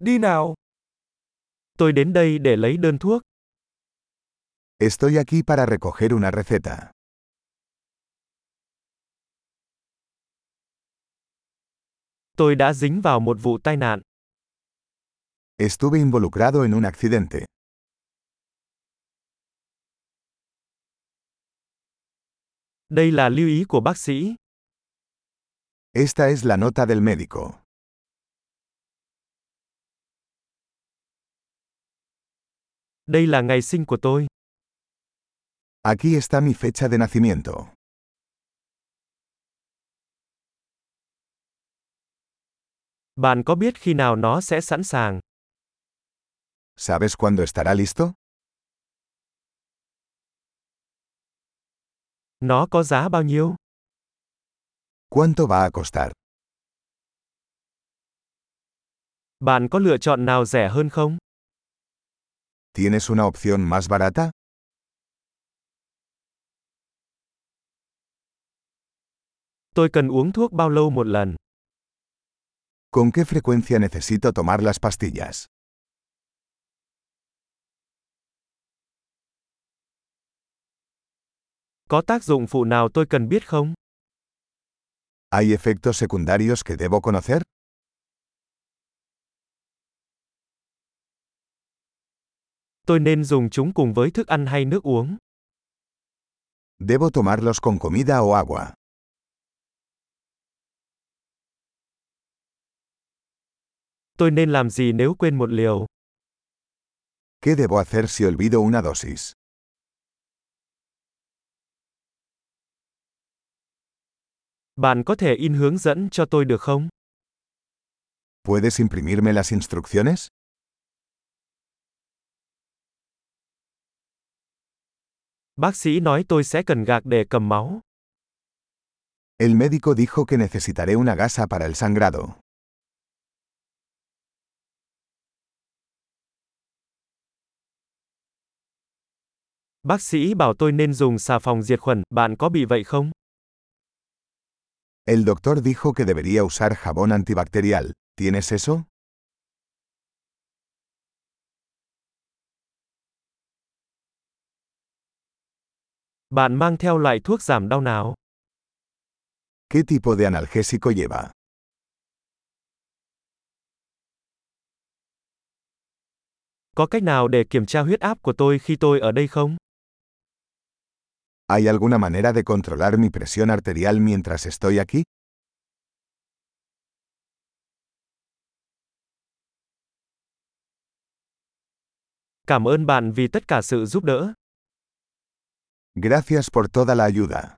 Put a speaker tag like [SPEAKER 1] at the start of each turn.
[SPEAKER 1] đi nào. Tôi đến đây để lấy đơn thuốc.
[SPEAKER 2] Estoy aquí para recoger una receta.
[SPEAKER 1] Tôi đã dính vào một vụ tai nạn.
[SPEAKER 2] Estuve involucrado en un accidente.
[SPEAKER 1] Đây là lưu ý của bác sĩ.
[SPEAKER 2] Esta es la nota del médico.
[SPEAKER 1] Đây là ngày sinh của tôi.
[SPEAKER 2] Aquí está mi fecha de nacimiento.
[SPEAKER 1] Bạn có biết khi nào nó sẽ sẵn sàng?
[SPEAKER 2] ¿Sabes cuándo estará listo?
[SPEAKER 1] Nó có giá bao nhiêu?
[SPEAKER 2] ¿Cuánto va a costar?
[SPEAKER 1] Bạn có lựa chọn nào rẻ hơn không?
[SPEAKER 2] ¿Tienes una opción más barata?
[SPEAKER 1] Tôi cần uống thuốc bao lâu một lần?
[SPEAKER 2] ¿Con qué frecuencia necesito tomar las pastillas?
[SPEAKER 1] Có tác dụng phụ nào tôi cần biết không?
[SPEAKER 2] ¿Hay efectos secundarios que debo conocer?
[SPEAKER 1] Tôi nên dùng chúng cùng với thức ăn hay nước uống?
[SPEAKER 2] ¿Debo tomarlos con comida o agua?
[SPEAKER 1] Tôi nên làm gì nếu quên một liều?
[SPEAKER 2] ¿Qué debo hacer si olvido una dosis?
[SPEAKER 1] Bạn có thể in hướng dẫn cho tôi được không?
[SPEAKER 2] ¿Puedes imprimirme las instrucciones?
[SPEAKER 1] Bác sĩ nói tôi sẽ cần gạc để cầm máu.
[SPEAKER 2] El médico dijo que necesitaré una gasa para el sangrado.
[SPEAKER 1] Bác sĩ bảo tôi nên dùng xà phòng diệt khuẩn, bạn có bị vậy không?
[SPEAKER 2] El doctor dijo que debería usar jabón antibacterial. ¿Tienes eso?
[SPEAKER 1] Bạn mang theo loại thuốc giảm đau nào?
[SPEAKER 2] ¿Qué tipo de analgésico lleva?
[SPEAKER 1] Có cách nào để kiểm tra huyết áp của tôi khi tôi ở đây không?
[SPEAKER 2] ¿Hay alguna manera de controlar mi presión arterial mientras estoy aquí?
[SPEAKER 1] Cảm ơn bạn vì tất cả sự giúp đỡ.
[SPEAKER 2] Gracias por toda la ayuda.